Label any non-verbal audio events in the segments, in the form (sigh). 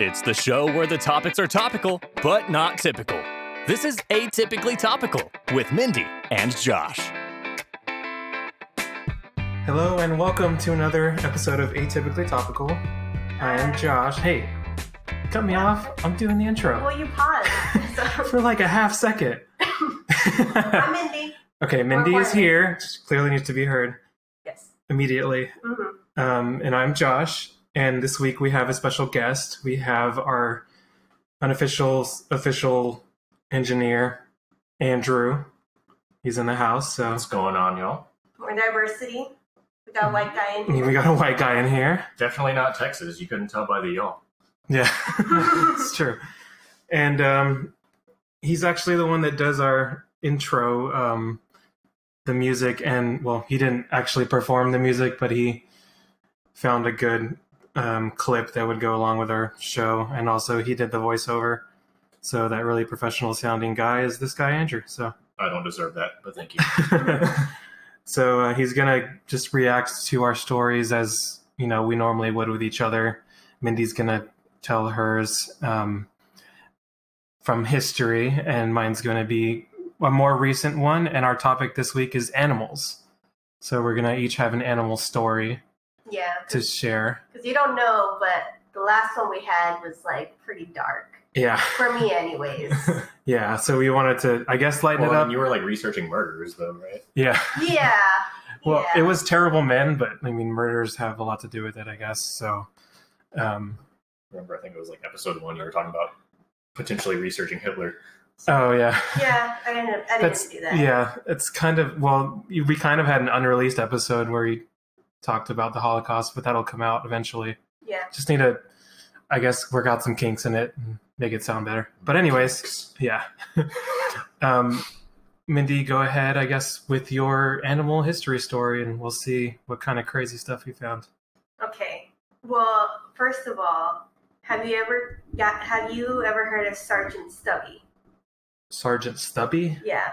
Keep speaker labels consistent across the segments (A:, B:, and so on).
A: It's the show where the topics are topical, but not typical. This is Atypically Topical with Mindy and Josh.
B: Hello and welcome to another episode of Atypically Topical. I am Josh. Hey, cut me off. I'm doing the intro
C: Well, you
B: (laughs)
C: paused. So,
B: for like a half second.
C: I'm Mindy.
B: okay, Mindy is here. She clearly needs to be heard
C: Yes.
B: immediately.
C: Mhm.
B: Um, and I'm Josh. And this week we have a special guest. We have our unofficial official engineer, Andrew. He's in the house, so
D: What's going on, y'all?
C: We're diversity.
B: Mm-hmm.
C: We got a white guy in here.
B: we got a white guy in here.
D: Definitely not Texas. You couldn't tell by the y'all.
B: Yeah, (laughs) it's true. And um, he's actually the one that does our intro, um, the music, and well, he didn't actually perform the music, but he found a good um, clip that would go along with our show, and also he did the voiceover. So that really professional sounding guy is this guy Andrew. So,
D: I don't deserve that, but thank you.
B: (laughs) so uh, he's gonna just react to our stories as you know we normally would with each other. Mindy's gonna tell hers um, from history, and mine's going to be a more recent one. And our topic this week is animals. So we're going to each have an animal story
C: Yeah.
B: to share.
C: Because you don't know, but the last one we had was like pretty dark.
B: Yeah,
C: For
B: (laughs)
C: me, anyways.
B: yeah. So we wanted to, I guess, lighten
D: well,
B: it
D: I
B: up.
D: mean, you were like researching murders, though, right?
B: yeah.
C: yeah.
B: Well, it
C: yeah.
B: was terrible men, but I mean, murders have a lot to do with it, I guess. So, um,
D: Remember, I think it was like episode one. You were talking about potentially researching Hitler.
B: oh yeah.
C: Yeah, I didn't, I
B: That's
C: didn't do that.
B: yeah. It's kind of well, you- we kind of had an unreleased episode where we talked about the Holocaust, but that'll come out eventually.
C: Yeah.
B: just need to i guess work out some kinks in it and make it sound better but anyways yeah (laughs) um mindy go ahead i guess with your animal history story and we'll see what kind of crazy stuff you found
C: Okay. Well, first of all, have you ever got, have you ever heard of Sergeant Stubby?
B: sergeant stubby
C: Yeah.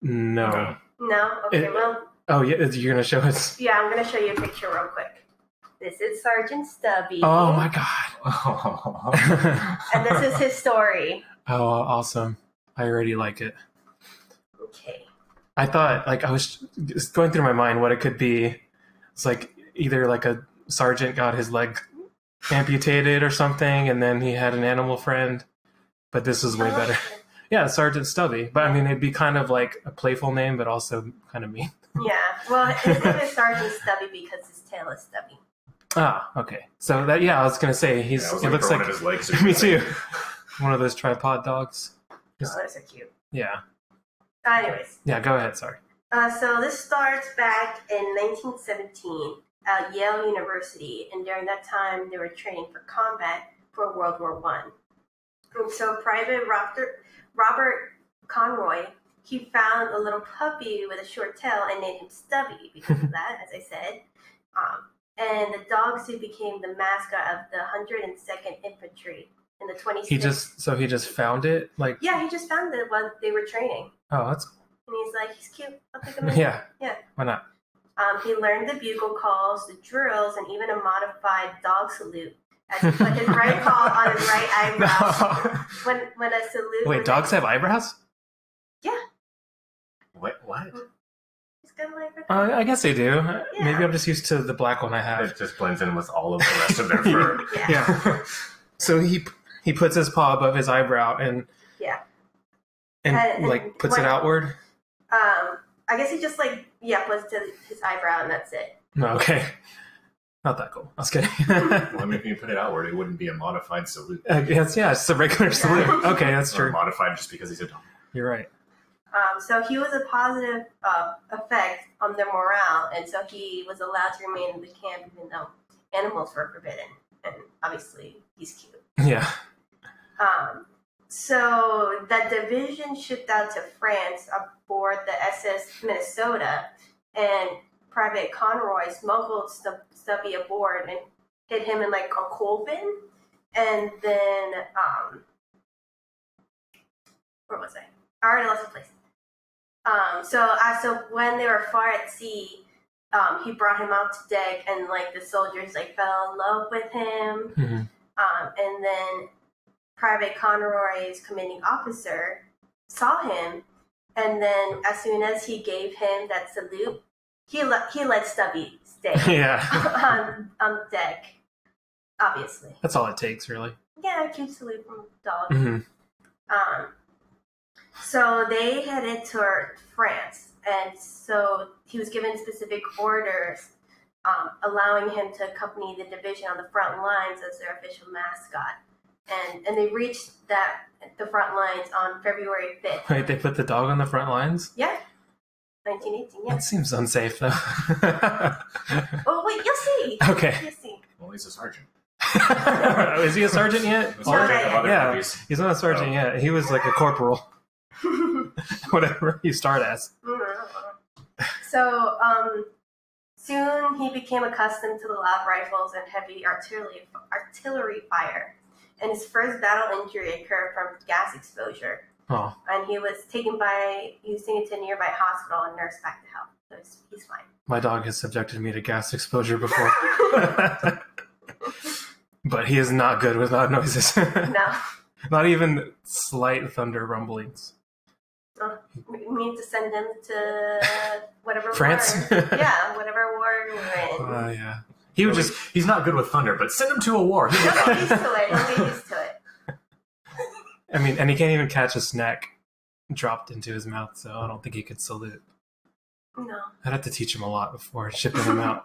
B: no,
D: No.
C: No? Okay.
B: It-
C: well,
B: oh yeah you're gonna show us
C: Yeah, I'm gonna show you a picture real quick. This is Sergeant Stubby.
B: oh my god
C: And this is his story.
B: oh awesome i already like it
C: Okay.
B: I thought like I was just going through my mind what it could be. It's like either like a sergeant got his leg amputated or something, and then he had an animal friend. But this is way
D: Oh.
B: better. (laughs) Yeah, Sergeant Stubby. But I mean, it'd be kind of like a playful name, but also kind of mean.
C: Yeah. Well, his name is Sergeant Stubby because his tail is stubby.
B: Ah, okay. So that yeah, I was gonna say he's.
D: Yeah, I was
B: it
D: looking
B: looks
D: for
B: like
D: one of his legs.
B: (laughs) me too. (laughs) One of those tripod dogs.
C: Oh, those are cute.
B: Yeah,
C: Anyways,
B: yeah. Go ahead. Sorry.
C: uh, so this starts back in 1917 at Yale University, and during that time they were training for combat for World War One. And so Private Robert, Robert Conroy, he found a little puppy with a short tail and named him Stubby
B: (laughs)
C: because of that, as I said. Um, and the dog soon became the mascot of the 102nd Infantry in the 26th.
B: He just so he just found it. Like
C: yeah, he just found it while they were training,
B: oh, that's (laughs)
C: and he's like, he's cute. I'll take him. in."
B: yeah.
C: Yeah.
B: Why not?
C: Um, he learned the bugle calls, the drills, and even a modified dog salute as he put his right paw
B: (laughs)
C: on his right eyebrow. When when a salute
B: Wait,
C: was-
B: dogs have eyebrows?
D: What? What?
C: He's got like a-
B: Uh, I guess they do. Maybe
C: Yeah.
B: I'm just used to the black one I have.
D: It just blends in with all of the rest of their fur.
C: yeah. yeah.
B: Yeah. (laughs) so he he puts his paw above his eyebrow and
C: Yeah.
B: and
C: Uh,
B: like puts it
C: when-
B: outward.
C: Um, I guess he just like yeah, was to his eyebrow and that's it.
B: No, okay, not that cool. I was kidding. (laughs)
D: well, I mean, if you put it outward, it wouldn't be a modified salute.
B: I guess, yeah, it's just a regular salute. Okay, that's
D: Or
B: true.
D: modified just because he's a dog.
B: You're right.
C: Um, so he was a positive uh, effect on their morale, and so he was allowed to remain in the camp even though animals were forbidden. And obviously, he's cute.
B: Yeah.
C: Um, so the division shipped out to France aboard the SS Minnesota, and Private Conroy smuggled Stub- Stubby aboard and hid him in like a coal bin. And then, um, where was I? I already lost the place. Um, so as of when they were far at sea, um, he brought him out to deck, and like the soldiers like fell in love with him
B: Mhm.
C: Um, and then Private Conroy's commanding officer saw him, and then as soon as he gave him that salute, he let he let Stubby
B: (laughs)
C: stay
B: (laughs)
C: (laughs)
B: yeah,
C: on on deck, obviously.
B: that's all it takes, really.
C: Yeah, cute salute from a dog.
B: hmm
C: Um, so they headed toward France, and so he was given specific orders, um, allowing him to accompany the division on the front lines as their official mascot. And and they reached that the front lines on February fifth.
B: (laughs) Wait, they put the dog on the front lines.
C: Yeah, nineteen eighteen. Yeah.
B: That seems unsafe, though. (laughs)
C: Oh wait, you'll see.
B: okay.
C: You'll see. (laughs)
D: Well, he's a sergeant.
B: (laughs) Is he a sergeant yet?
D: A sergeant of other
B: Yeah.
D: movies.
B: He's not a sergeant
D: Oh.
B: yet. He was like a corporal, (laughs) whatever you start as.
C: So um, soon he became accustomed to the loud rifles and heavy artillery artillery fire, and his first battle injury occurred from gas exposure.
B: Oh,
C: And he was taken by he was taken to a nearby hospital and nursed back to health. So he's, he's fine.
B: my dog has subjected me to gas exposure before. (laughs) but he is not good with loud noises. (laughs)
C: No, (laughs)
B: not even slight thunder rumblings.
C: we need to send him to whatever
B: France?
C: War. Yeah, whatever war
B: (laughs)
C: we're in.
B: Oh, yeah. He would just.
D: he's not good with thunder, but send him to a war. He'll get
C: He'll
D: out.
C: get used to it. He'll get used to it.
B: I mean, and he can't even catch a snack dropped into his mouth, so I don't think he could salute.
C: No,
B: I'd have to teach him a lot before shipping him (laughs) out.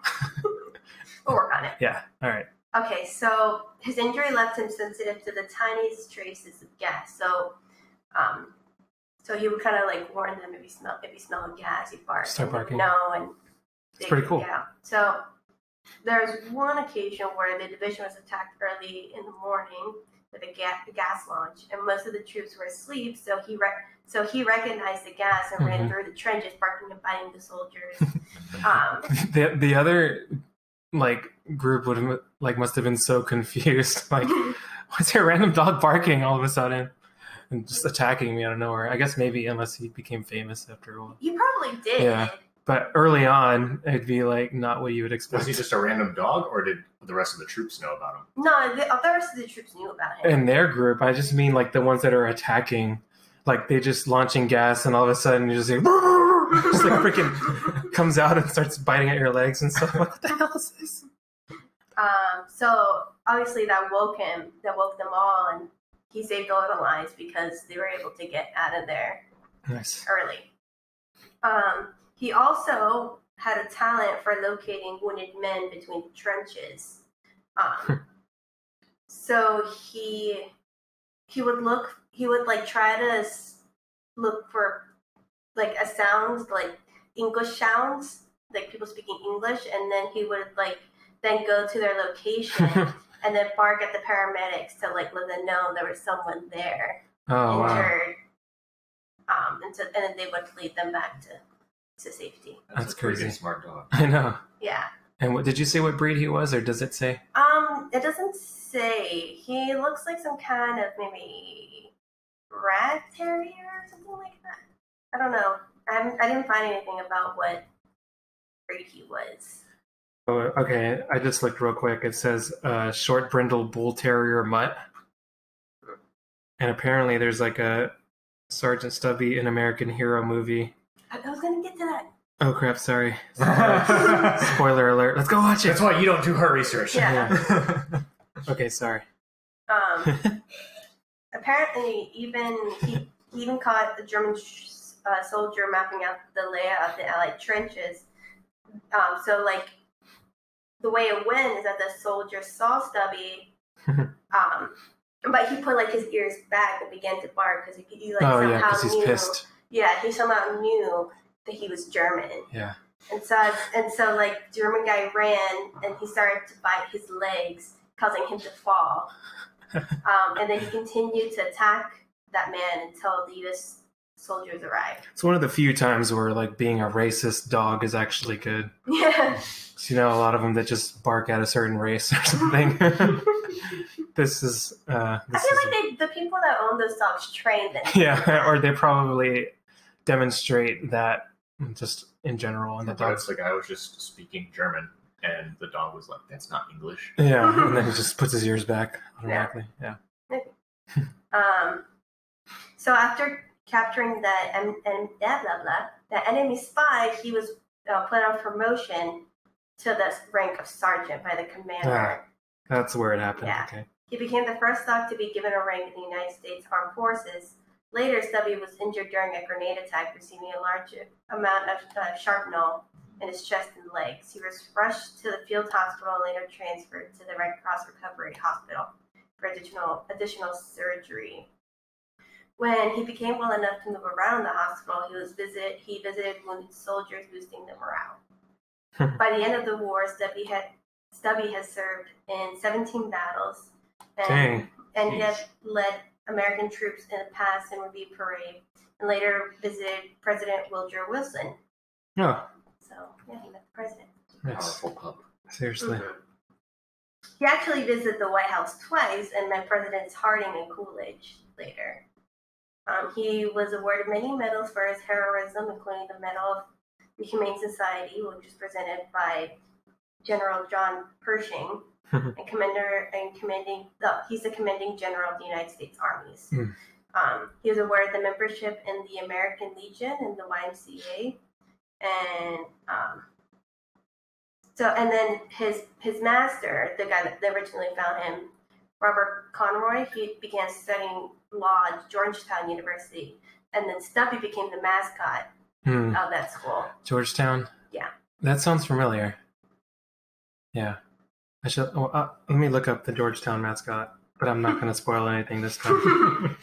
C: we'll work on it.
B: yeah. All right.
C: Okay, so his injury left him sensitive to the tiniest traces of gas. So, um, so he would kind of like warn them if you smell if you smell gas, you bark.
B: Start
C: and you
B: barking.
C: No, and
B: It's pretty cool.
C: Yeah. So there's one occasion where the division was attacked early in the morning with a gas, gas launch, and most of the troops were asleep. So he rec- so he recognized the gas and ran
B: Mhm.
C: through the trenches, barking and biting the soldiers.
B: (laughs)
C: um, (laughs)
B: the the other like group would have like must have been so confused (laughs) like why's there a random dog barking all of a sudden and just attacking me out of nowhere i guess maybe unless he became famous after a while
C: you probably did.
B: Yeah. but early on it'd be like not what you would
D: (laughs) Was
B: expect
D: he just a random dog, or did the rest of the troops know about him?
C: No, the, the rest of the troops knew about him.
B: in their group i just mean like the ones that are attacking like they just launching gas and all of a sudden you just like (laughs) just like freaking (laughs) comes out and starts biting at your legs and stuff (laughs) like what the hell is this
C: Um, so obviously that woke him, that woke them all, and he saved all the lives because they were able to get out of there
B: nice
C: early. Um, he also had a talent for locating wounded men between trenches. Um, so he he would look, he would like try to s- look for like a sound, like English sounds, like people speaking English, and then he would like then go to their location and then bark at the paramedics to like let them know there was someone there
B: oh wow
C: injured, um, and, so, and then they would lead them back to, to safety.
B: That's
D: a freaking
B: crazy. (laughs)
D: smart dog.
B: i know
C: Yeah.
B: And what, did you say what breed he was, or does it say?
C: Um, it doesn't say. He looks like some kind of maybe rat terrier or something like that. I don't know. I, haven't, I didn't find anything about what breed he was.
B: Oh, okay, I just looked real quick. It says uh, short brindle bull terrier mutt, and apparently there's like a Sergeant Stubby in American Hero movie.
C: I, I was gonna get to that.
B: Oh crap! Sorry,
D: That's
B: (laughs) spoiler alert. Let's go watch it.
D: why you don't do her research.
C: Yeah.
B: (laughs) Okay, sorry. (laughs)
C: Um, apparently, even he, he even caught the German sh- uh, soldier mapping out the layout of the Allied trenches. Um, so, like, the way it went is that the soldier
B: (laughs)
C: saw Stubby, um, but he put like his ears back and began to bark because he, he like
B: Oh yeah,
C: somehow
B: because he's
C: knew.
B: pissed.
C: Yeah, he somehow knew that he was German.
B: Yeah.
C: And so, I- and so, like German guy ran, and he started to bite his legs, causing him
B: (laughs)
C: to fall. Um, and then he continued to attack that man until the U.S. soldiers arrived. (laughs)
B: It's one of the few times where like being a racist dog is actually good.
C: Yeah.
B: 'Cause you know a lot of them that just bark at a certain race or (laughs)
C: (laughs)
B: something. this is. Uh,
C: I
B: this is
C: feel like they, the people that own those dogs trained them.
B: yeah, (laughs) or they probably demonstrate that just in general in the dogs.
D: That's the guy was just speaking German and the dog was like, "That's not English."
B: Yeah, and then he just puts his ears back automatically. Yeah.
C: Um, so after capturing the and blah blah blah, the enemy spy, he was uh, put on promotion to the rank of sergeant by the commander.
B: Ah, that's where it happened.
C: Yeah.
B: Okay.
C: He became the first dog to be given a rank in the United States Armed Forces. Later, Stubby was injured during a grenade attack, receiving a large amount of uh, shrapnel in his chest and legs. He was rushed to the field hospital and later transferred to the Red Cross Recovery Hospital for additional, additional surgery. When he became well enough to move around the hospital, he was visit he visited wounded soldiers, boosting their morale. By the end of the war, Stubby had Stubby has served in 17 battles, and
B: Dang.
C: and he has led American troops in the past and review parade, and later visited President Woodrow Wilson.
B: No.
C: So yeah, he met the president.
B: That's,
D: pup.
B: seriously.
C: Mhm. He actually visited the White House twice and met Presidents Harding and Coolidge later. Um, he was awarded many medals for his heroism, including the Medal of the Humane Society, which was presented by General John
B: (laughs)
C: Pershing, and commander and commanding. No, he's the commanding general of the United States armies.
B: Hmm.
C: Um, he was awarded the membership in the American Legion and the YMCA, and um, so and then his his master, the guy that originally found him, Robert Conroy, he began studying law at Georgetown University, and then Stumpy became the mascot
B: Hmm.
C: of that school.
B: Georgetown.
C: Mm-hmm. Yeah.
B: That sounds familiar. Yeah. I should. Oh, uh, let me look up the Georgetown mascot, but I'm not going
C: (laughs)
B: to spoil anything this time.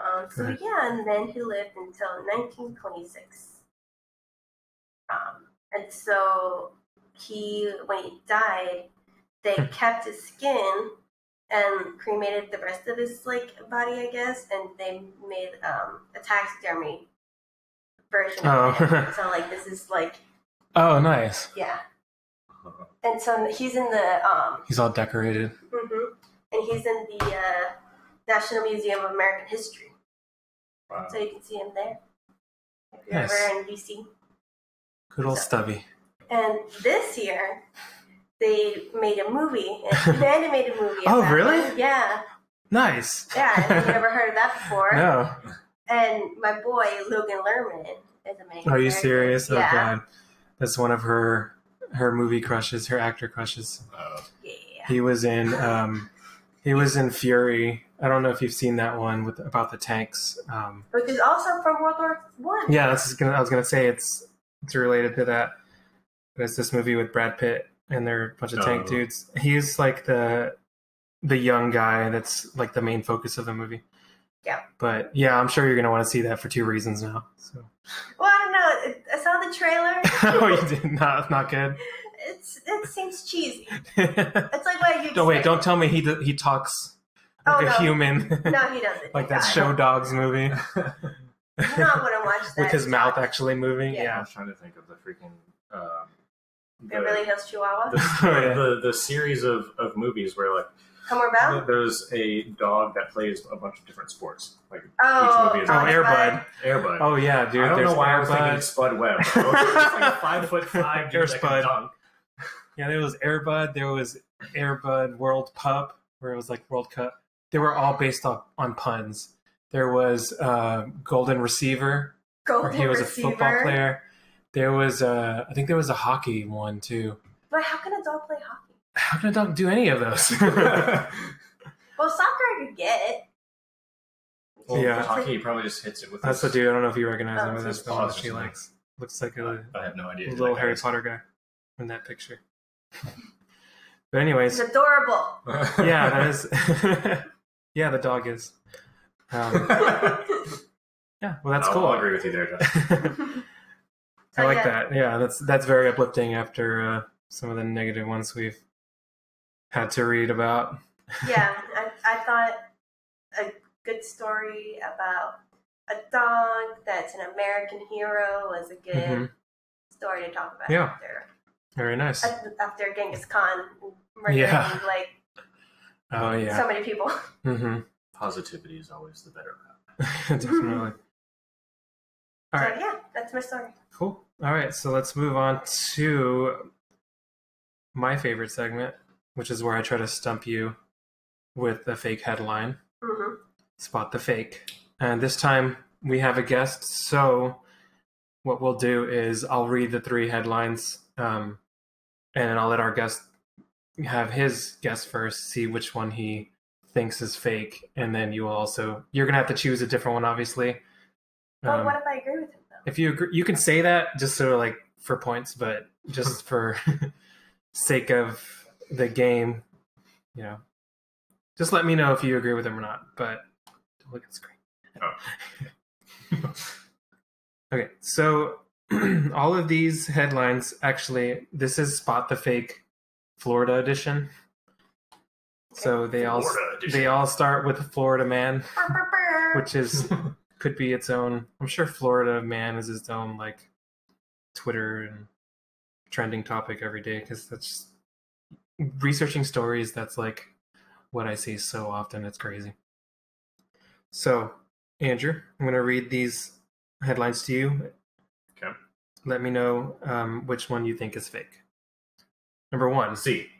C: Um, so
B: Right.
C: yeah, and then he lived until 1926. Um, and so he, when he died, they kept his skin and cremated the rest of his like body, I guess, and they made um, a taxidermy version. Of
B: Oh.
C: him. so like this is like
B: oh, nice.
C: yeah, and so he's in the um,
B: He's all decorated.
C: mhm. and he's in the uh, National Museum of American History.
D: Wow.
C: So you can see him there. If you're
B: Nice.
C: ever in DC.
B: Good old Stubby.
C: And this year, they made a
B: (laughs)
C: movie, an animated movie.
B: Oh,
C: about
B: really?
C: it. Yeah,
B: Nice.
C: yeah.
B: (laughs)
C: I've never heard of that before.
B: no.
C: And my boy Logan Lerman is a main.
B: Are you
C: character.
B: serious? Oh
C: Yeah.
B: god. That's one of her her movie crushes, her actor crushes.
D: Uh,
C: Yeah.
B: He was
C: (laughs)
B: in um he was in Fury. I don't know if you've seen that one with about the tanks. Um
C: Which is also from World War One.
B: yeah, that's just gonna I was gonna say it's it's related to that. But it's this movie with Brad Pitt and they're a bunch of tank
D: Oh.
B: dudes. He's like the the young guy that's like the main focus of the movie.
C: Yeah.
B: But yeah, I'm sure you're gonna want to see that for two reasons now. So (laughs)
C: Well, I don't know. It- I saw the trailer.
B: Oh you did not not good. (laughs)
C: It's it seems cheesy. It's like what you.
B: No, wait!
C: expect.
B: Don't tell me he d- he talks like
C: Oh,
B: a
C: no.
B: human,
C: (laughs) No, he doesn't.
B: (laughs) like that
C: God.
B: show dogs movie
C: I'm not gonna watch that.
B: (laughs) with his mouth actually moving.
C: Yeah.
D: I
B: Yeah,
D: was trying to think of the freaking. Um, the,
C: Beverly Hills Chihuahua.
D: the,
B: Oh, (laughs) yeah.
D: (laughs) the the series of, of movies where like
C: Come about.
D: there's a dog that plays a bunch of diffent sports like
C: Oh,
D: movie is
B: oh,
D: Oh,
B: Air
C: Airbud.
B: Bud.
D: Airbud.
B: Oh yeah, dude.
D: I don't
B: there's
D: know why I
B: Air
D: was thinking
B: Bud.
D: Spud Webb. It's
B: (laughs)
D: like a five foot five dude
B: There's
D: that can
B: Spud. (laughs)
D: dunk.
B: Yeah, there was Air Bud. There was Air Bud World Pup, where it was like World Cup. They were all based off on puns. There was uh, Golden Receiver, where
C: Golden
B: he was
C: receiver.
B: a football player. There was, uh, I think there was a hockey one too.
C: But how can a dog play hockey?
B: How can a dog do any of those? (laughs)
C: Well, soccer I could get.
D: Well,
B: Yeah.
D: hockey he probably just hits it with.
B: That's the
D: his-
B: dude. I don't know if you recognize
C: Oh.
B: him, but that's the one that she likes. Looks like a
D: I have no idea. who
B: little
D: that
B: Harry
D: is.
B: Potter guy in that picture. But anyways,
C: (laughs)
B: (laughs)
C: It's adorable.
D: (laughs)
B: yeah, that is. (laughs) yeah, the dog is.
C: (laughs)
B: Um,
D: (laughs)
B: yeah, well, that's
D: I'll,
B: cool.
D: I'll
B: (laughs)
D: Oh, agree with you there, John.
B: I
C: So,
B: like
C: Oh, yeah.
B: that. Yeah, that's that's very uplifting after uh, some of the negative ones we've had to read about.
C: yeah, I, I thought a good story about a dog that's an American hero was a good
B: Mhm.
C: story to talk about
B: Yeah.
C: after
B: Very nice.
C: after Genghis Khan murdering
B: Yeah.
C: (laughs) like
B: Oh yeah.
C: so many people.
B: hmm
C: (laughs)
D: Positivity is always the better route.
B: (laughs) Definitely. All right.
C: So yeah, that's my story.
B: Cool. All right, so let's move on to my favorite segment, which is where I try to stump you with a fake headline.
C: hmm
B: spot the fake. And this time we have a guest. So what we'll do is I'll read the three headlines, um, and I'll let our guest have his guess first, see which one he thinks is fake, and then you will also you're gonna have to choose a different one, obviously.
C: But
B: Um,
C: what if I agree with him though?
B: if you agree, you can say that just so like for points, but
D: (laughs)
B: just for (laughs) sake of the game, you know, just let me know if you agree with him or not. But don't look at the screen.
D: Oh.
B: (laughs) okay, so (clears throat) all of these headlines actually, this is Spot the Fake Florida edition. So they all
D: Florida edition.
B: they all start with a Florida man
C: Burr, burr, burr.
B: which is could be its own. I'm sure Florida man is its own like Twitter and trending topic every day because that's researching stories. That's like what I see so often. It's crazy. So, Andrew, I'm gonna read these headlines to you.
D: Okay.
B: Let me know um, which one you think is fake. Number one.
D: C.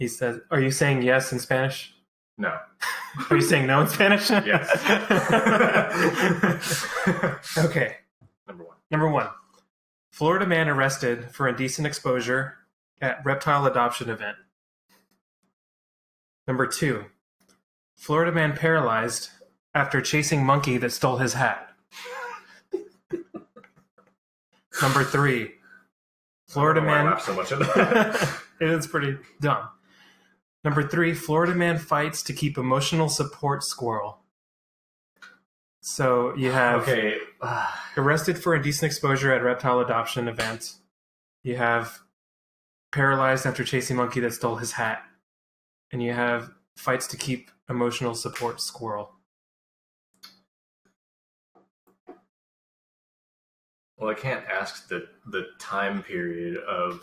B: he says, "Are you saying yes in Spanish?
D: No.
B: Are you saying no in Spanish?" (laughs)
D: Yes.
B: Okay.
D: Number one.
B: Number one Florida man arrested for indecent exposure at reptile adoption event. Number two Florida man paralyzed after chasing monkey that stole his hat. Number three Florida
D: I don't know why I
B: man.
D: laughed so much
B: (laughs)
D: at that.
B: it is pretty dumb. Number three, Florida man fights to keep emotional support squirrel. So you have
D: okay. Uh,
B: arrested for indecent exposure at reptile adoption event. You have paralyzed after chasing monkey that stole his hat, and you have fights to keep emotional support squirrel.
D: well, I can't ask the the time period of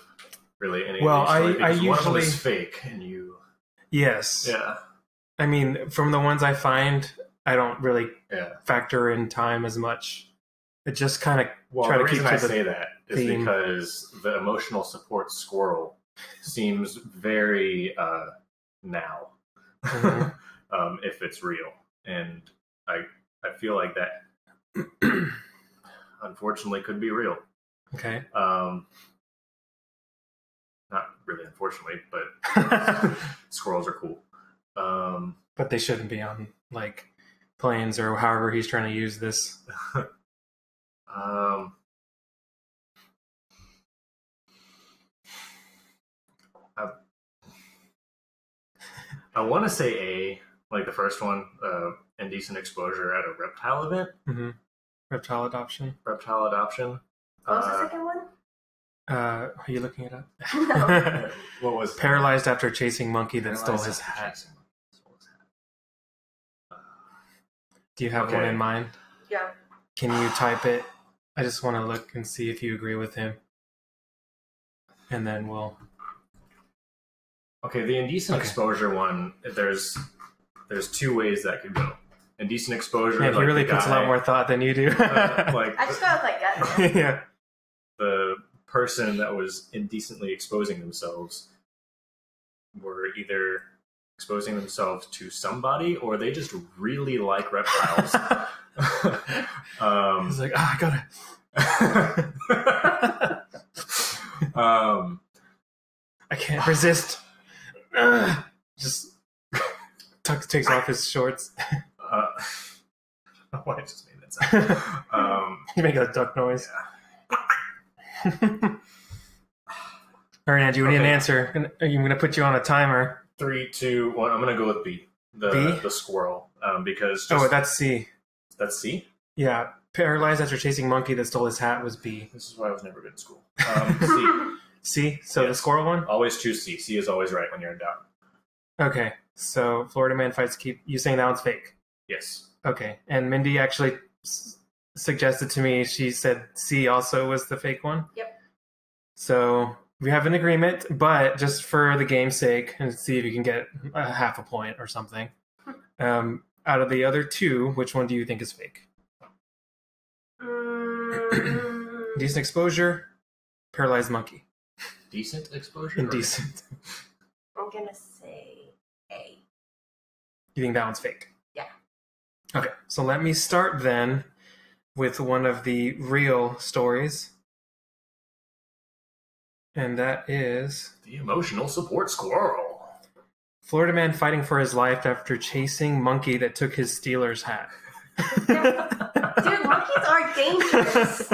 D: really any.
B: Well,
D: of these stories
B: I- I
D: because one of them is
B: usually-
D: fake, and you.
B: Yes,
D: Yeah.
B: I mean from the ones I find, I don't really
D: Yeah.
B: factor in time as much. It just kind of
D: Well,
B: Try
D: the
B: to keep
D: reason
B: to
D: I
B: the
D: say that is
B: theme.
D: because the emotional support squirrel seems very uh, now, (laughs)
B: Mhm.
D: um, if it's real, and I I feel like that (clears throat) unfortunately could be real.
B: okay.
D: Um, not really, unfortunately, but squirrels are cool. Um,
B: but they shouldn't be on like planes or however he's trying to use this.
D: um, I, I want to say A, like the first one, uh, indecent exposure at a reptile event,
B: hmm Reptile adoption.
D: reptile adoption.
C: What was the
D: Uh,
C: second one?
B: (laughs)
C: (laughs)
B: Uh, are you looking it up?
D: Oh,
C: No.
D: Uh, (laughs) what was that?
B: Paralyzed after chasing monkey that stole
D: Paralyzed
B: his
D: after
B: hat.
D: chasing monkey that stole his hat.
B: Do you have one
D: Okay.
B: in mind?
C: Yeah.
B: Can you type it? I just want to look and see if you agree with him. And then we'll.
D: Okay, the indecent
B: Okay.
D: exposure one. There's there's two ways that could go. Indecent exposure.
B: Yeah,
D: like
B: he really
D: the
B: puts a
D: guy-
B: lot more thought than you do.
D: (laughs) uh, like
C: I just felt
B: (laughs)
C: like that. man.
B: yeah.
D: the person that was indecently exposing themselves were either exposing themselves to somebody or they just really
B: (laughs)
D: like reptiles. (laughs) um,
B: He's like, ah, I gotta.
D: (laughs)
B: (laughs)
D: um,
B: I can't
D: Ah."
B: resist. Ugh. just (laughs) tucks takes off his shorts. (laughs)
D: uh, (laughs) why I just made
B: (laughs)
D: that sound. Um,
B: You make a duck noise. (laughs) All right, Andrew, we need an
D: Okay.
B: answer. I'm going to put you on a timer.
D: three, two, one. I'm gonna go with B, the
B: B?
D: the squirrel, um, because just,
B: Oh, that's C.
D: that's C.
B: Yeah. Paralyzed after chasing monkey that stole his hat was B.
D: This is why I was never good in school. Um,
B: (laughs)
D: C.
B: C? So the
D: Yes.
B: squirrel one?
D: Always choose C. C is always right when you're in doubt.
B: Okay. So Florida man fights keep. You saying that one's fake?
D: Yes.
B: Okay. And Mindy actually s- suggested to me, she said C also was the fake one.
C: Yep.
B: So we have an agreement, but just for the game's sake, and see if you can get a half a point or something. Um, out of the other two, which one do you think is fake?
C: Mm,
B: Decent exposure, paralyzed monkey.
D: Indecent exposure? or-
B: Indecent.
C: I'm gonna say A.
B: You think that one's fake?
C: Yeah.
B: Okay, so let me start then with one of the real stories. And that is
D: The emotional support squirrel.
B: Florida man fighting for his life after chasing monkey that took his Steelers hat.
C: Dude, monkeys are dangerous.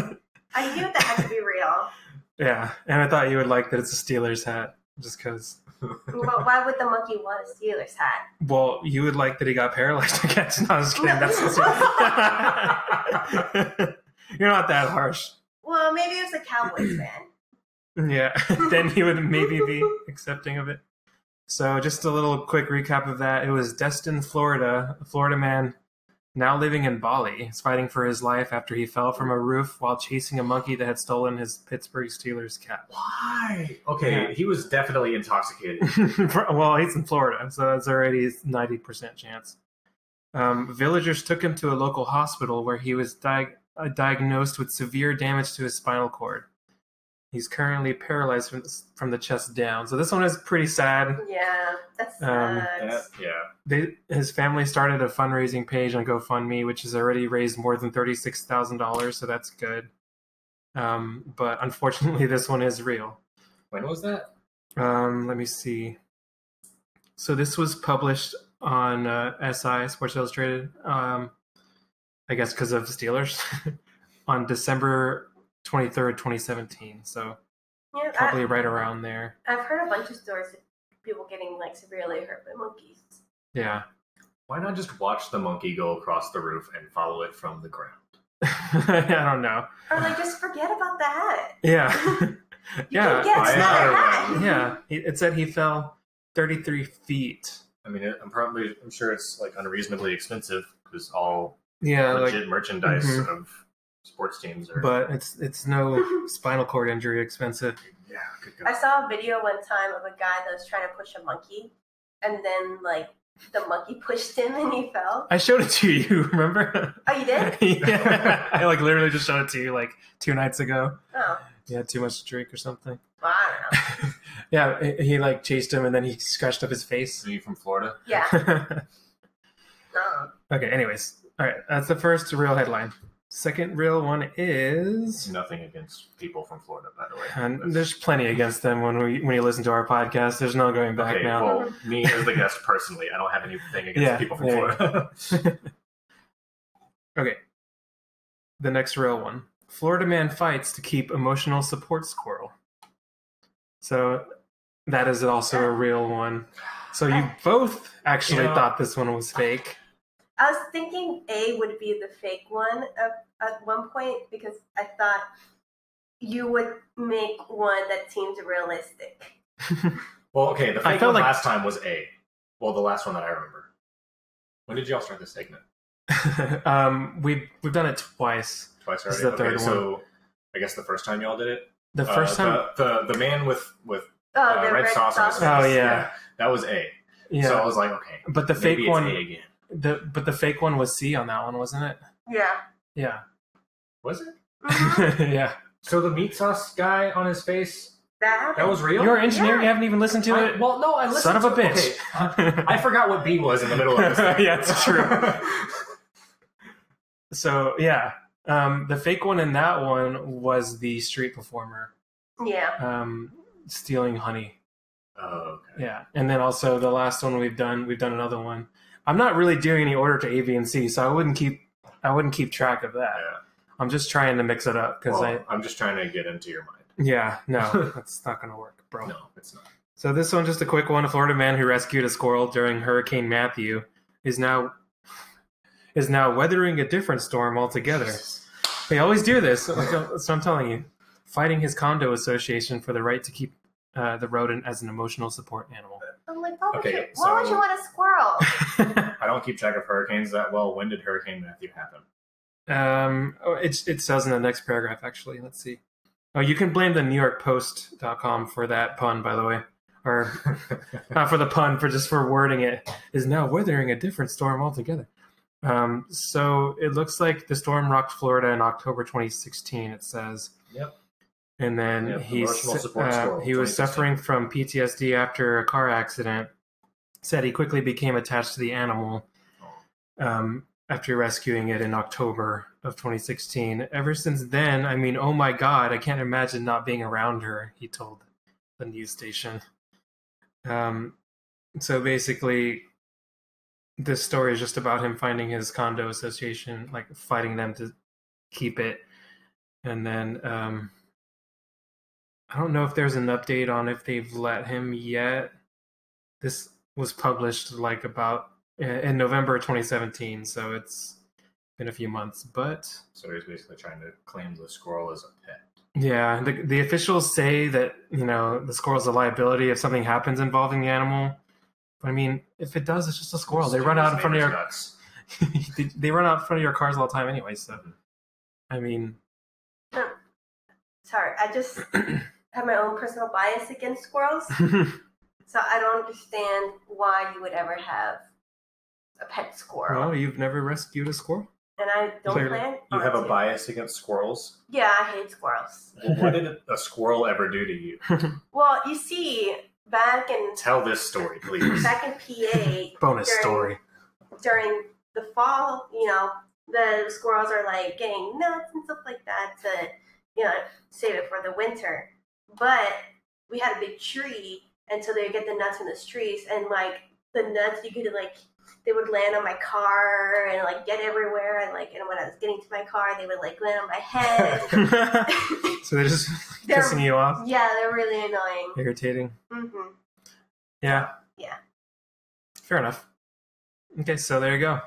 C: I knew that had to be real.
B: yeah, and I thought you would like that it's a Steelers hat just because.
C: But why would the monkey want a Steelers hat?
B: Well, you would like that he got paralyzed (laughs) again. No, I'm just (laughs) kidding. That's You're not that harsh.
C: Well, maybe it was a
B: (clears throat)
C: Cowboys fan.
B: Yeah, (laughs) then he would maybe be accepting of it. So, just a little quick recap of that. It was Destin, Florida, a Florida man now living in Bali, is fighting for his life after he fell from a roof while chasing a monkey that had stolen his Pittsburgh Steelers cap.
D: Why? Okay,
B: Yeah.
D: he was
B: (laughs)
D: definitely intoxicated.
B: well, he's in Florida, so that's already ninety percent chance. Um, villagers took him to a local hospital where he was diag- uh, diagnosed with severe damage to his spinal cord. He's currently paralyzed from, from the chest down. So this one is pretty sad.
C: Yeah, that sucks.
B: Um,
D: That- yeah.
B: They, his family started a fundraising page on GoFundMe, which has already raised more than thirty six thousand dollars. So that's good. Um, but unfortunately, (laughs) this one is real.
D: When was that?
B: Um, let me see. So this was published on uh, SI Sports Illustrated. Um, I guess because of the Steelers (laughs) on December twenty third, twenty seventeen. So
C: yeah,
B: probably right around there.
C: I, I've heard a bunch of stories of people getting like severely hurt by monkeys.
B: Yeah. (laughs)
D: Why not just watch the monkey go across the roof and follow it from the ground?
B: I don't know.
C: Or like just forget about the hat.
B: Yeah. (laughs)
C: You
B: yeah.
C: can get
D: I-
C: another
D: I-
C: hat.
B: yeah. He- It said he fell thirty three feet.
D: I mean, I'm probably, I'm sure it's like unreasonably expensive because all
B: Yeah.
D: legit
B: Like,
D: merchandise
B: Mhm.
D: of sports teams are.
B: but it's it's (laughs) no spinal cord injury expensive.
D: yeah, good
C: I
D: God.
C: saw a video one time of a guy that was trying to push a monkey, and then like the monkey (laughs) pushed him and he fell.
B: I showed it to you. (laughs) Remember?
C: Oh, you did?
B: yeah. I like literally just showed it to you like two nights ago.
C: Oh,
B: You had too much to drink or something.
C: well, I don't know.
B: Yeah, he- he like chased him and then he scratched up his face. (laughs)
D: Are you from Florida?
C: Yeah,
B: okay,
C: no.
B: anyways. All right, that's the first real headline. Second real one is
D: Nothing against people from Florida, by the way.
B: and there's (laughs) plenty against them when we when you listen to our podcast. There's no going back
D: Okay,
B: now.
D: well, me as the guest personally, I don't have anything against
B: Yeah,
D: people from
B: yeah.
D: Florida. (laughs)
B: Okay. The next real one. Florida man fights to keep emotional support squirrel. So that is also a real one. So you both actually
D: Yeah.
B: thought this one was fake. (laughs)
C: I was thinking A would be the fake one at, at one point because I thought you would make one that seems realistic.
D: well, okay, the
B: I
D: fake
B: felt
D: one
B: like-
D: last time was A. Well, the last one that I remember. When did y'all start this segment?
B: um, we've we've done it twice.
D: Twice
B: This
D: already.
B: is the third
D: okay, so I guess the first time y'all did it.
B: The first
D: uh,
B: time,
D: the, the the man with with
C: Oh,
D: uh,
C: the
D: red, sauce. On his
B: sauce.
D: face,
B: Oh, yeah.
D: that was A.
B: yeah.
D: So I was like, okay,
B: but the
D: maybe
B: fake
D: it's
B: one,
D: A again.
B: the but the fake one was C on that one, wasn't it?
C: Yeah.
B: Yeah, (laughs)
D: Was it? (laughs)
C: Mhm.
B: yeah.
D: So the meat sauce guy on his face,
C: that happened.
D: that was real.
B: You're an engineer.
C: Yeah.
B: You haven't even listened to
D: I-
B: it.
D: well, no, I listened.
B: Son of a
D: to-
B: bitch.
D: okay, I forgot what B was in the middle
B: (laughs)
D: of this.
B: Yeah, it's
D: (laughs)
B: true. (laughs) so yeah, um, the fake one in that one was the street performer
C: yeah.
B: um, stealing honey.
D: Oh, okay.
B: Yeah, and then also the last one we've done, we've done another one. I'm not really doing any order to A, B, and C, so I wouldn't keep I wouldn't keep track of that.
D: Yeah.
B: I'm just trying to mix it up because
D: Well,
B: I
D: I'm just trying to get into your mind.
B: yeah
D: (laughs)
B: no that's not gonna work, bro.
D: No, it's not.
B: So this one, just a quick one. A Florida man who rescued a squirrel during Hurricane Matthew is now is now weathering a different storm altogether. They always do this. Like, uh, So I'm telling you, fighting his condo association for the right to keep uh, the rodent as an emotional support animal. (laughs)
C: I'm like, why would,
D: Okay,
C: you, why would
D: so-
C: you want a squirrel?
D: I don't keep track of hurricanes that well. When did Hurricane Matthew happen?
B: um, oh, it it says in the next paragraph actually. Let's see. Oh, you can blame the New York Post.com for that pun, by the way, or (laughs) not for the pun, for just for wording it, is now weathering a different storm altogether. Um, so it looks like the storm rocked Florida in October 2016. It says.
D: Yep.
B: and then
D: Yeah,
B: he
D: emotional
B: s-
D: support
B: uh,
D: squirrel,
B: he was
D: 20%.
B: suffering from PTSD after a car accident. Said he quickly became attached to the animal um, after rescuing it in October of 2016. Ever since then, I mean, oh my god, I can't imagine not being around her. He told the news station. Um, so basically, this story is just about him finding his condo association, like fighting them to keep it, and then um, I don't know if there's an update on if they've let him yet. This was published like about in November 2017, so it's been a few months, but
D: So he's basically trying to claim the squirrel as a pet.
B: yeah, the, the officials say that you know the squirrel's a liability if something happens involving the animal. But I mean, if it does, it's just a squirrel. They run out in front of your (laughs)
D: nuts.
B: they, they run out in front of your cars all the time anyway. So, I mean, (laughs)
C: Sorry, I
D: (clears throat)
C: just have my own personal bias against squirrels,
B: well,
C: so I don't understand why you would ever have a pet squirrel.
B: you've never rescued a squirrel.
C: and I don't
B: Clearly,
C: plan.
D: You have a
C: on to.
D: bias against squirrels.
C: Yeah, I hate squirrels.
D: Well, what
B: (laughs)
D: did a squirrel ever do to you?
C: Well, you see, back
D: (coughs)
C: in
D: Tell this story,
C: (laughs)
D: please.
C: back in PA
B: Bonus
C: During- (laughs)
B: story.
C: during the fall, you know, the squirrels are like getting nuts and stuff like that to, you know, save it for the winter. But we had a big tree, and so they would get the nuts from the trees, and like the nuts, you could like they would land on my car and like get everywhere, and like and when I was getting to my car, they would like land on
B: (laughs)
C: my head.
B: so they're just
C: They're-
B: pissing you off,
C: yeah, they're really annoying.
B: irritating.
C: hmm
B: Yeah.
C: Yeah.
B: Fair enough. Okay, so there you go.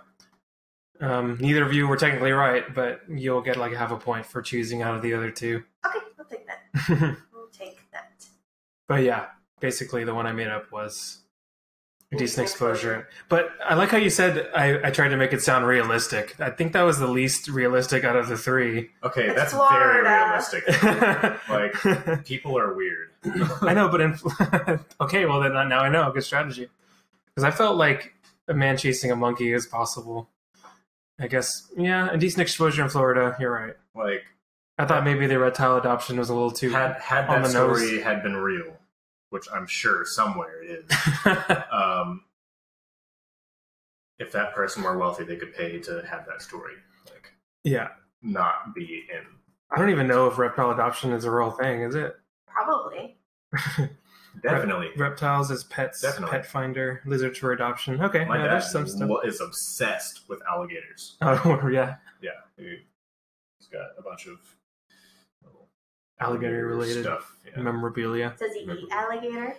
B: Um, neither of you were technically right, but you'll get like half a point for choosing out of the other two.
C: Okay, I'll take that. I'll take that.
B: (laughs) but yeah, basically the one I made up was a decent
C: Okay.
B: exposure. But I like how you said I, I tried to make it sound realistic. I think that was the least realistic out of the three. (laughs)
D: Okay,
C: It's
D: that's very
C: Florida.
D: realistic.
B: I
D: Like people are weird.
B: know, but in, (laughs) okay, well then now I know. Good strategy, because I felt like a man chasing a monkey is possible. I guess yeah, a decent exposure in Florida. You're right.
D: Like
B: I thought maybe the reptile adoption was a little too.
D: had had
B: On
D: that
B: the nose.
D: story had been real, which I'm sure somewhere it is. um, if that person were wealthy, they could pay to have that story, like
B: (laughs) yeah,
D: not be in.
B: I don't even know if reptile adoption is a real thing. Is it? (laughs)
C: Probably.
D: Definitely,
B: reptiles as pets,
D: Definitely.
B: pet finder, lizards for adoption. Okay,
D: my
B: yeah,
D: dad
B: there's some stuff.
D: lo- is obsessed with alligators.
B: (laughs) Oh (laughs) yeah,
D: Yeah, he- he's got a bunch of little
B: Alligator related
D: stuff. Yeah.
B: memorabilia.
C: Does he eat alligator?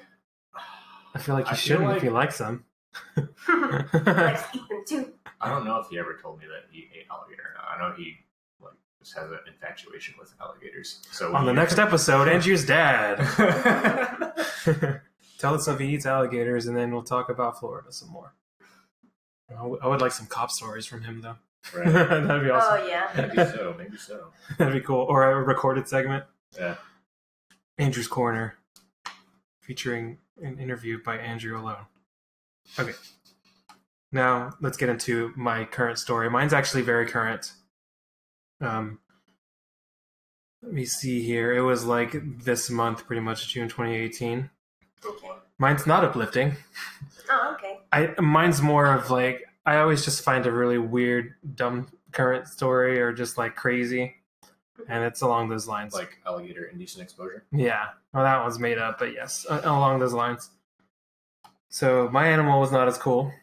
C: (laughs)
B: I feel like you
D: I feel
B: shouldn't
D: like-
B: if you like
D: (laughs)
B: some. (laughs)
C: Let's eat them too.
D: I don't know if he ever told me that he ate alligator. or not. I know he like just has an infatuation with alligators. So
B: On the
D: he-
B: next
D: (laughs)
B: episode, Andrew's dad. (laughs) Tell us if he eats alligators, and then we'll talk about Florida some more. I w- I would like some cop stories from him though. (laughs)
D: right.
B: That'd be awesome.
C: Oh yeah.
D: Maybe so. Maybe so.
B: (laughs) That'd be cool, or a recorded segment.
D: Yeah.
B: Andrew's Corner, featuring an interview by Andrew alone. Okay. Now let's get into my current story. Mine's actually very current. Um, let me see here. It was like this month, pretty much June 2018.
C: Okay.
B: Mine's not uplifting.
C: Oh, okay.
B: I mine's more of like I always just find a really weird, dumb current story or just like crazy, and it's along those lines.
D: Like alligator indecent exposure.
B: Yeah. Well, that one's made up, but yes, a- along those lines. So my animal was not as cool. (laughs)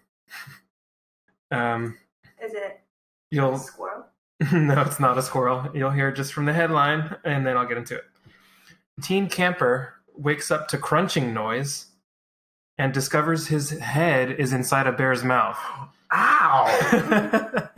B: Um,
C: Is it a
B: you'll
C: squirrel?
B: (laughs) no, it's not a squirrel. You'll hear just from the headline, and then I'll get into it. Teen camper wakes up to crunching noise and discovers his head is inside a bear's mouth.
D: Ow!
B: (laughs) yeah.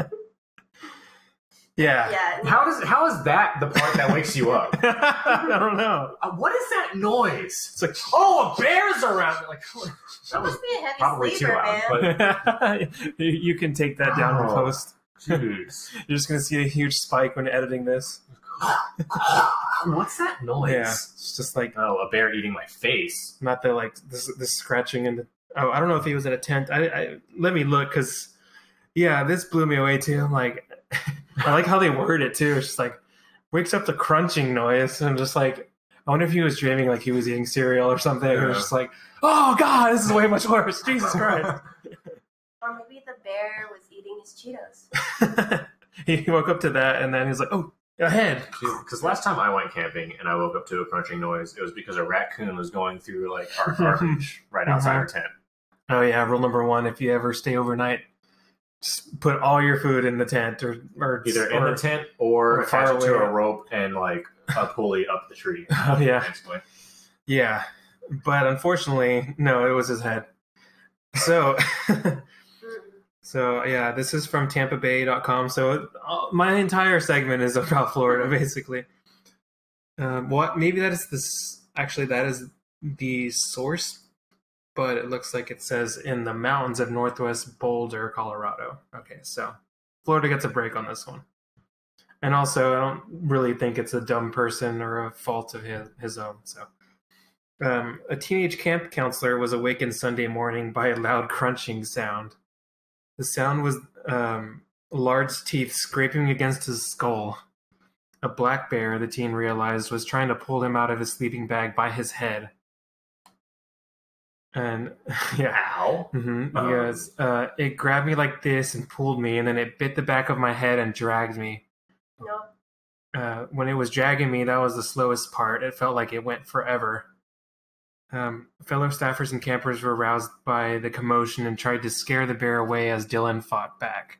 C: Yeah.
D: How does how is that the part that wakes you up?
B: (laughs) I don't know.
D: (laughs)
B: (laughs)
D: Uh, what is that noise?
B: It's like
D: Oh, a bear's around. Like (laughs) that
C: That
D: was
C: must be a heavy
D: probably too
C: sleeper,
D: loud,
C: man.
D: but-
B: you, you can take that down in
D: Wow.
B: post.
D: jeez.
B: You're just gonna see a huge spike when editing this.
D: Uh, What's that noise?
B: Yeah, it's just like
D: Oh, a bear eating my face.
B: not the like this this scratching and the, oh I don't know if he was in a tent. I, I let me look because yeah, this blew me away too. I'm like (laughs) I like how they word it too. It's just like wakes up the crunching noise and I'm just like I wonder if he was dreaming like he was eating cereal or something. It was
D: Yeah.
B: just like, oh god, this is way much worse.
D: (laughs)
B: Jesus Christ. (laughs)
C: Or maybe the bear was eating his Cheetos.
B: he woke up to that, and then he's like, oh, a head.
D: Because last time I went camping and I woke up to a crunching noise, it was because a raccoon was going through like (laughs) our garbage right outside our tent.
B: Oh yeah, rule number one: if you ever stay overnight, just put all your food in the tent or or
D: Either in
B: or-
D: the tent or,
B: or far
D: attached to
B: away.
D: a rope and like a pulley up the (laughs) tree.
B: Oh (laughs) yeah,
D: Basically.
B: yeah. But unfortunately, no, it was his head. So, (laughs)
C: Mm.
B: so yeah, this is from TampaBay.com. So it, all- my entire segment is about Florida, (laughs) basically. Um, what? Maybe that is this. Actually, that is the source, but it looks like it says in the mountains of northwest Boulder, Colorado. Okay, so Florida gets a break on this one. And also, I don't really think it's a dumb person or a fault of his, his own. So, um, a teenage camp counselor was awakened Sunday morning by a loud crunching sound. The sound was um, large teeth scraping against his skull. A black bear, the teen realized, was trying to pull him out of his sleeping bag by his head. And (laughs) yeah,
D: Ow.
B: Mm-hmm.
D: Um,
B: he goes, uh, it grabbed me like this and pulled me, and then it bit the back of my head and dragged me.
C: No,
B: Uh, when it was dragging me, that was the slowest part. It felt like it went forever. Um, fellow staffers and campers were roused by the commotion and tried to scare the bear away as Dylan fought back.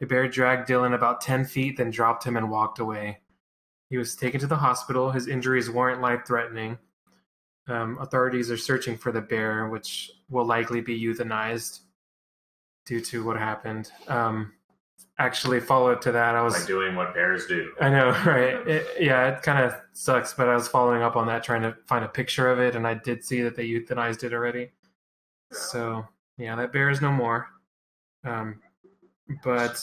B: The bear dragged Dylan about 10 feet, then dropped him and walked away. He was taken to the hospital. His injuries weren't life threatening. Um, authorities are searching for the bear, which will likely be euthanized due to what happened. Um, actually, follow up to that, I was.
D: Like doing what bears do.
B: I know, (laughs) right? It, yeah, it kind of sucks, but I was following up on that, trying to find a picture of it, and I did see that they euthanized it already. So yeah, that bear is no more. Um, but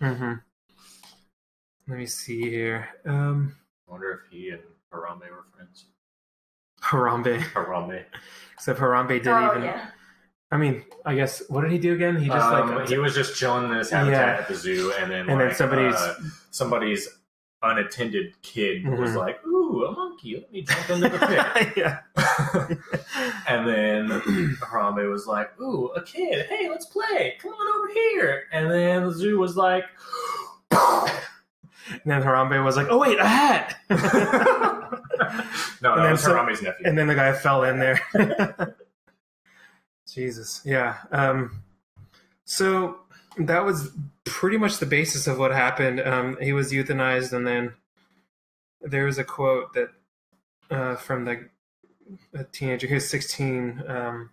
B: hmm let me see here. Um,
D: I wonder if he and Harambe were friends.
B: Harambe, (laughs)
D: Harambe.
B: except Harambe didn't
C: oh
B: even.
C: yeah.
B: I mean, I guess what did he do again? He just
D: Um,
B: like uh,
D: he was just chilling in his habitat
B: Yeah.
D: at the zoo, and then
B: And then
D: like,
B: somebody's-
D: uh, somebody's unattended kid was
B: Mhm.
D: like, "Ooh, a monkey! Let me jump into the pit."
B: (laughs) yeah, (laughs)
D: and then Harambe was like, "Ooh, a kid! Hey, let's play! Come on over here!" And then the zoo was like,
B: and then Harambe was like, "Oh wait, a hat!" (laughs)
D: "No,
B: And
D: that
B: then
D: was
B: some-
D: Harambe's nephew."
B: and then the guy fell in there. (laughs) Jesus, yeah. Um, so that was pretty much the basis of what happened. Um, he was euthanized, and then there was a quote that uh, from the a teenager who's 16. Um,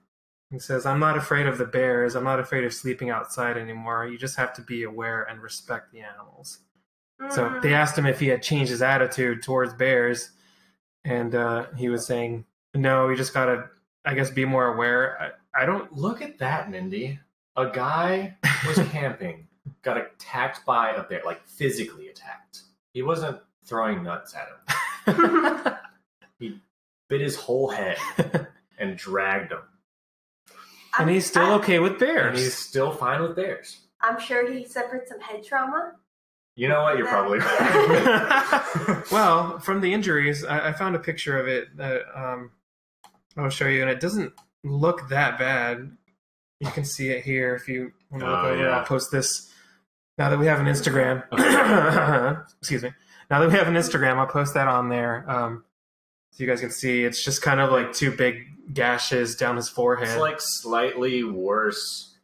B: he says, "I'm not afraid of the bears. I'm not afraid of sleeping outside anymore. You just have to be aware and respect the animals." So
C: Mm.
B: they asked him if he had changed his attitude towards bears, and uh, he was saying, "No, you just gotta, I guess, be more aware." I, I
D: (laughs)
B: don't. (laughs)
D: Look at that, Mindy. A guy was camping, got attacked by a bear, like physically attacked. He wasn't throwing nuts at him.
B: (laughs)
D: He bit his whole head and dragged him.
B: and he's still
C: I'm,
B: okay with
D: And he's
B: bears.
D: still fine with bears.
C: I'm sure he suffered some head trauma.
D: You know what? You're probably (laughs) right.
B: Well, from the injuries, I, I found a picture of it that um, I'll show you, and it doesn't look that bad. You can see it here if you want to look
D: Oh,
B: over.
D: yeah.
B: I'll post this now that we have an Instagram. (coughs) Excuse me. Now that we have an Instagram, I'll post that on there. Um, so you guys can see it's just kind of like two big gashes down his forehead.
D: it's like slightly worse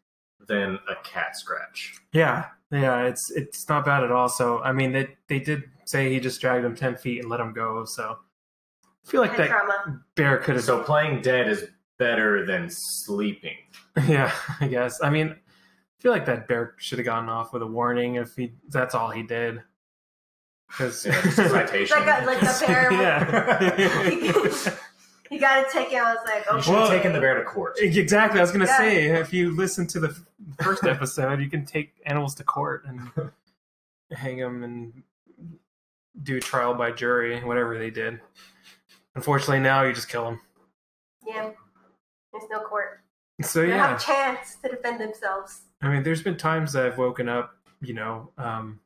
D: than a cat scratch.
B: Yeah, yeah, it's it's not bad at all. So I mean, they they did say he just dragged him ten feet and let him go. So I feel like
C: head
B: that
C: trauma.
B: bear could have.
D: So playing dead is better than sleeping.
B: (laughs) Yeah, I guess. I mean, I feel like that bear should have gotten off with a warning if he that's all he did.
D: (laughs)
B: Because (laughs)
D: Yeah, just a citation.
C: Like a like a bear. (laughs)
B: yeah. (laughs)
C: You gotta take it. I was like, okay.
D: You should have taken the bear to court.
B: Exactly. I was gonna
C: Yeah.
B: say if you listen to the f- first episode, you can take animals to court and hang them and do trial by jury, whatever they did. Unfortunately, now you just kill them.
C: Yeah. There's no court.
B: So
C: They don't
B: yeah,
C: have a chance to defend themselves.
B: I mean, there's been times that I've woken up, you know, um,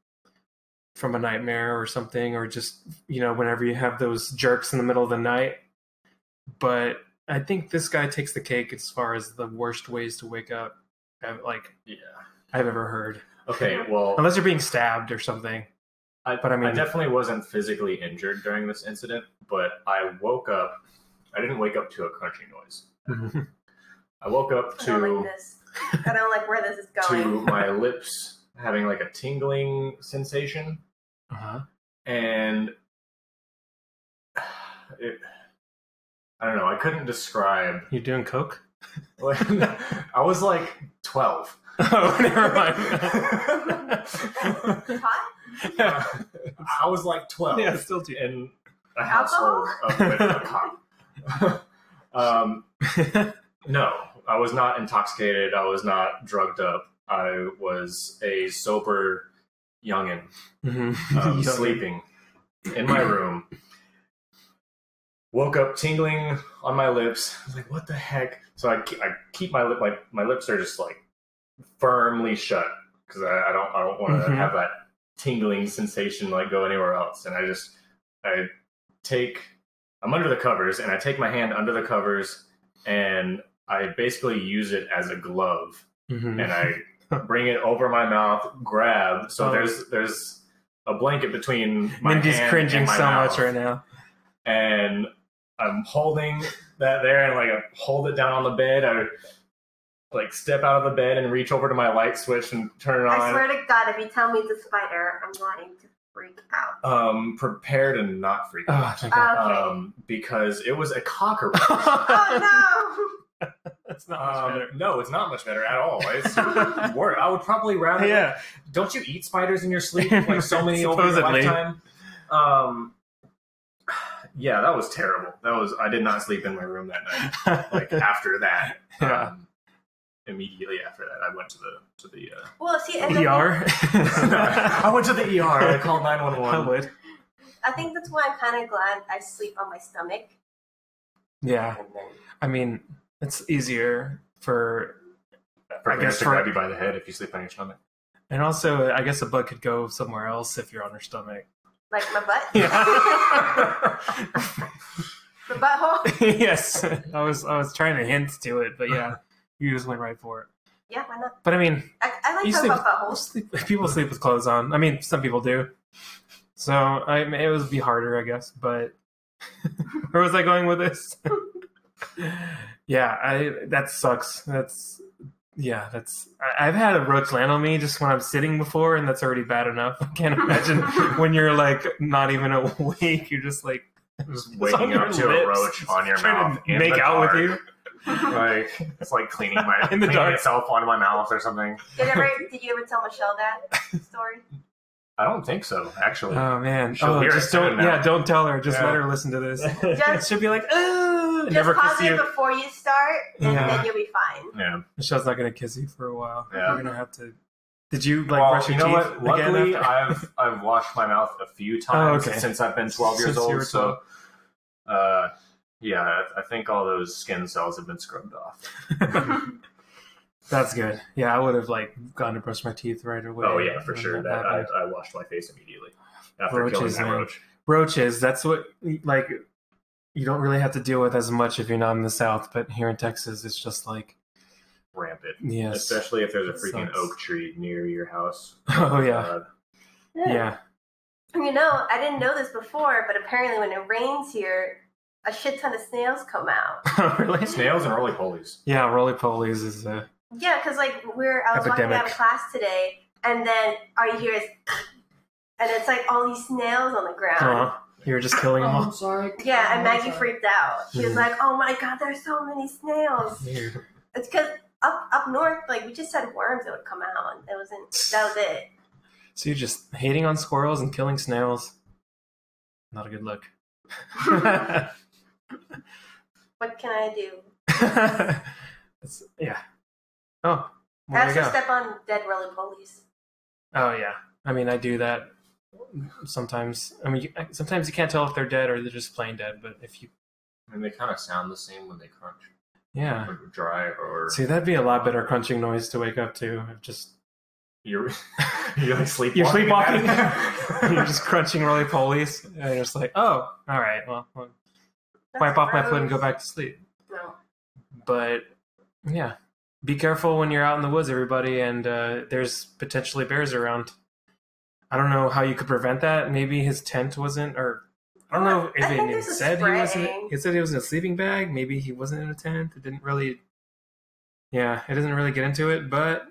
B: from a nightmare or something, or just you know whenever you have those jerks in the middle of the night. But I think this guy takes the cake as far as the worst ways to wake up, uh, like
D: Yeah.
B: I've ever heard.
D: Okay. Well,
B: Unless you're being stabbed or something.
D: I,
B: But I mean-
D: I definitely wasn't physically injured during this incident, but I woke up. I didn't wake up to a crunching noise.
B: Mm-hmm.
D: I woke up
C: I don't
D: to
C: like this. I don't like where this
B: (laughs)
C: is
D: to
C: going. (laughs)
D: my lips having like a tingling sensation,
B: Uh-huh.
D: and (sighs) it, I don't know. I couldn't describe. (laughs)
B: You're doing coke? (laughs)
D: I was like twelve.
B: Oh, never
D: (laughs)
B: mind.
C: Hot?
D: I was like twelve.
B: yeah, still do.
D: in a household of with a cop. (laughs)
B: (laughs)
D: um, no, I was not intoxicated. I was not drugged up. I was a sober youngin
B: (laughs) Mm-hmm.
D: um, sleeping in my room. Woke up tingling on my lips. I was like, "What the heck?" So I, ke- I keep my lip my, my lips are just like firmly shut because I, I don't I don't want to
B: Mhm.
D: have that tingling sensation like go anywhere else. And I just I take I'm under the covers and I take my hand under the covers and I basically use it as a glove
B: Mm-hmm.
D: and I bring it over my mouth, grab. So
B: Oh.
D: there's there's a blanket between my
B: Mindy's
D: hand
B: cringing
D: and my
B: so
D: mouth,
B: much right now.
D: and I'm holding that there and like I hold it down on the bed. I like step out of the bed and reach over to my light switch and turn it
C: I
D: on.
C: swear to God, if you tell me it's a spider, I'm going to freak out.
D: Um, prepare to not freak out.
B: Oh, thank God.
C: Okay.
D: Um, because it was a cockroach.
C: oh
B: That's (laughs) not much
D: Um,
B: better.
D: no, it's not much better at all.
B: (laughs)
D: It's worse. I would probably rather
B: Yeah.
D: don't you eat spiders in your (laughs) sleep like so many over your
B: Supposedly.
D: lifetime? Um, (sighs) yeah, that was terrible. That was I did not sleep in my room that night.
C: (laughs)
D: Like (laughs) after that,
B: Yeah.
D: um, immediately after that, I went to the to the. (laughs)
C: no! (laughs) Well, see, and I think-
B: ER?
C: (laughs)
D: Uh, I went to the ER. I called nine one
B: I
D: (laughs) one.
B: would.
C: I think that's why I'm kind of glad I sleep on my stomach.
B: Yeah.
C: And then
B: I mean, it's easier for, I guess
D: to
B: for-
D: grab you by the head if you sleep on your stomach.
B: and also, I guess a bug could go somewhere else if you're on your stomach. (laughs)
C: like my butt, (laughs)
D: (laughs)
B: Yeah.
C: my butthole. (laughs)
B: yes. I was I was trying to hint to it, but yeah, you just went right for it.
C: Yeah, why not?
B: But I mean,
C: I, I like
B: You
C: talking
B: sleep-
C: about buttholes.
B: sleep, people sleep with clothes on. I mean, some people do. So I, it would be harder, I guess. But (laughs) where was I going with this? (laughs) yeah, I that sucks. That's yeah, that's I, I've had a roach land on me just when I'm sitting before, and that's already bad enough. (laughs) I can't
C: (laughs)
B: imagine when you're like not even awake. You're just like
D: Just
B: on
D: waking
B: your
D: up to a
B: lips,
D: roach on your
B: trying
D: mouth.
B: to
D: in
B: make
D: the
B: out with
D: dark.
B: you.
D: Like (laughs) it's like cleaning my
B: In the
D: cleaning
B: dark.
D: itself onto my mouth or something.
C: Did ever? Did you ever tell Michelle
B: (laughs)
C: that story?
D: I don't think so, actually.
B: Oh man!
D: She'll
B: Oh,
D: hear
B: just
D: it
B: don't.
D: now.
B: Yeah, don't tell her. Just
D: Yeah.
B: let her listen to
C: (laughs)
B: this.
C: Just,
B: She'll be like, "Oh, never
C: just
B: kiss
C: pause it
B: you."
C: before you start, and
B: Yeah.
C: then you'll be fine.
D: yeah.
B: Michelle's not gonna kiss you for a while.
D: Yeah.
B: You're gonna have to. Did you like brush your
D: you know
B: teeth
D: what? Luckily,
B: again? after- Oh,
D: I've I've washed my mouth a few times
B: okay.
D: since I've been 12 years
B: Since you
D: old.
B: were
D: So, uh, yeah, I- I think all those skin cells have been scrubbed off.
B: That's good. Yeah, I would have like gone to brush my teeth right away.
D: oh yeah, for
B: when
D: sure. That I,
B: happened.
D: I washed my face immediately after
B: Roaches,
D: killing that
B: man.
D: roach.
B: Roaches. That's what like you don't really have to deal with as much if you're not in the South, but here in Texas, it's just like
D: Rampant,
B: yes.
D: especially if there's a
B: It
D: freaking
B: sucks.
D: oak tree near your house.
B: (laughs) oh yeah,
D: Uh,
B: (laughs) yeah.
C: (laughs) You know, I didn't know this before, but apparently when it rains here, a shit ton of snails come out.
B: (laughs) (laughs) really?
D: snails and roly polies.
B: Yeah, roly polies is uh,
C: Yeah, because like we're I was walking out of
B: Epidemic.
C: class today, and then all you hear is, (sniffs) and it's like all these snails on the ground.
B: uh, you're just killing them all.
D: sorry.
C: Yeah, and Maggie freaked out. She was
B: Mhm.
C: like, "Oh my god, there's so many snails." It's because up up north, like we just had worms that would come out, and it wasn't. That was it.
B: So you're just hating on squirrels and killing snails. Not a good
D: (laughs)
B: look. (laughs)
C: What can I do?
B: (laughs) That's- yeah. Oh,
C: I
B: there we
C: also
B: go.
C: step on dead roly polies.
B: Oh yeah. I mean, I do that sometimes. I mean, you, sometimes you can't tell if they're dead or they're just plain dead. But if you,
D: And they kind of sound the same when they crunch,
B: yeah. Ah.
D: or dry, or
B: See, that'd be a lot better crunching noise to wake up to. If just (laughs)
D: You're (laughs) you're like sleepwalking.
B: You're sleepwalking.
D: (laughs)
B: (laughs)
D: You're
B: You're just crunching roly polies. And you're just like, oh, all right, well, I'll wipe
C: That's
B: off my
C: gross.
B: foot and go back to sleep.
C: No.
B: But yeah, be careful when you're out in the woods, everybody. And uh, there's potentially bears around. I don't know how you could prevent that. Maybe his tent wasn't, or I don't know
C: Well,
B: if
C: I think
B: it,
C: this is
B: said he wasn't.
C: spraying.
B: It said he was in a sleeping bag. Maybe he wasn't in a tent. It didn't really. Yeah, it doesn't really get into it, but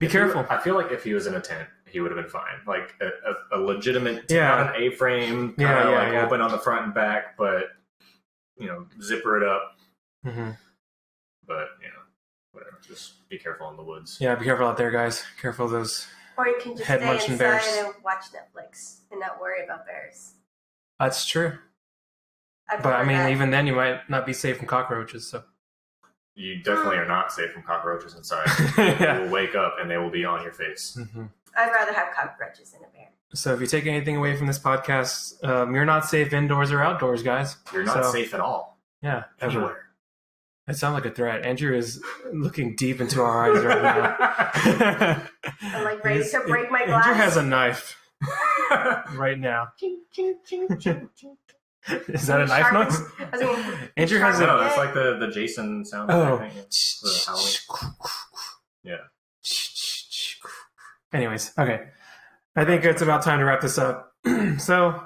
B: be careful.
D: I feel like if he was in a tent, he would have been fine. Like a, a, a legitimate,
B: Yeah.
D: not an A-frame,
B: Yeah,
D: kinda
B: yeah,
D: like
B: yeah.
D: open on the front and back, but you know, zipper it up.
B: hmm
D: But you know, whatever. Just be careful in the woods.
B: Yeah, be careful out there, guys. Careful of those.
C: Or you can just
B: Head
C: stay
B: munching
C: inside
B: bears.
C: and watch Netflix and not worry about bears.
B: That's true.
C: I
B: But I
C: prefer
B: mean,
C: that.
B: even then, you might not be safe from cockroaches. So (laughs)
D: You definitely are not safe from cockroaches
B: (laughs)
D: inside. You
B: yeah.
D: will wake up and they will be on your face.
B: Mhm.
C: I'd rather have cockroaches than a bear.
B: So if you take anything away from this podcast, um, you're not safe indoors or outdoors, guys.
D: You're not
B: So,
D: safe at all.
B: Yeah, ever.
D: Anywhere.
B: That sounds like a threat. Andrew is looking deep into our eyes right now. I'm
C: (laughs) I'm like ready to break my glass.
B: Andrew has a knife (laughs) right now. Is that a knife
C: Sharpen-
B: noise?
C: (laughs) I was gonna-
B: Andrew has
D: no,
B: a.
D: that's like the, the Jason sound.
B: Oh.
D: effect. Yeah.
B: Anyways, okay. I think it's about time to wrap this up. (clears throat) so,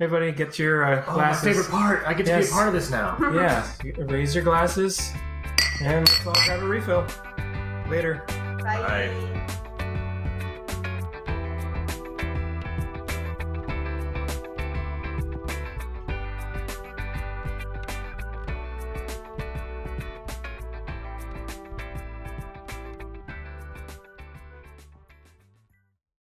B: everybody, get your uh,
D: Oh, my
B: glasses.
D: favorite part. I get to be
B: Yes.
D: a part of this now.
B: yeah, raise your glasses, and let's all grab a refill. Later.
D: Bye.
C: Bye.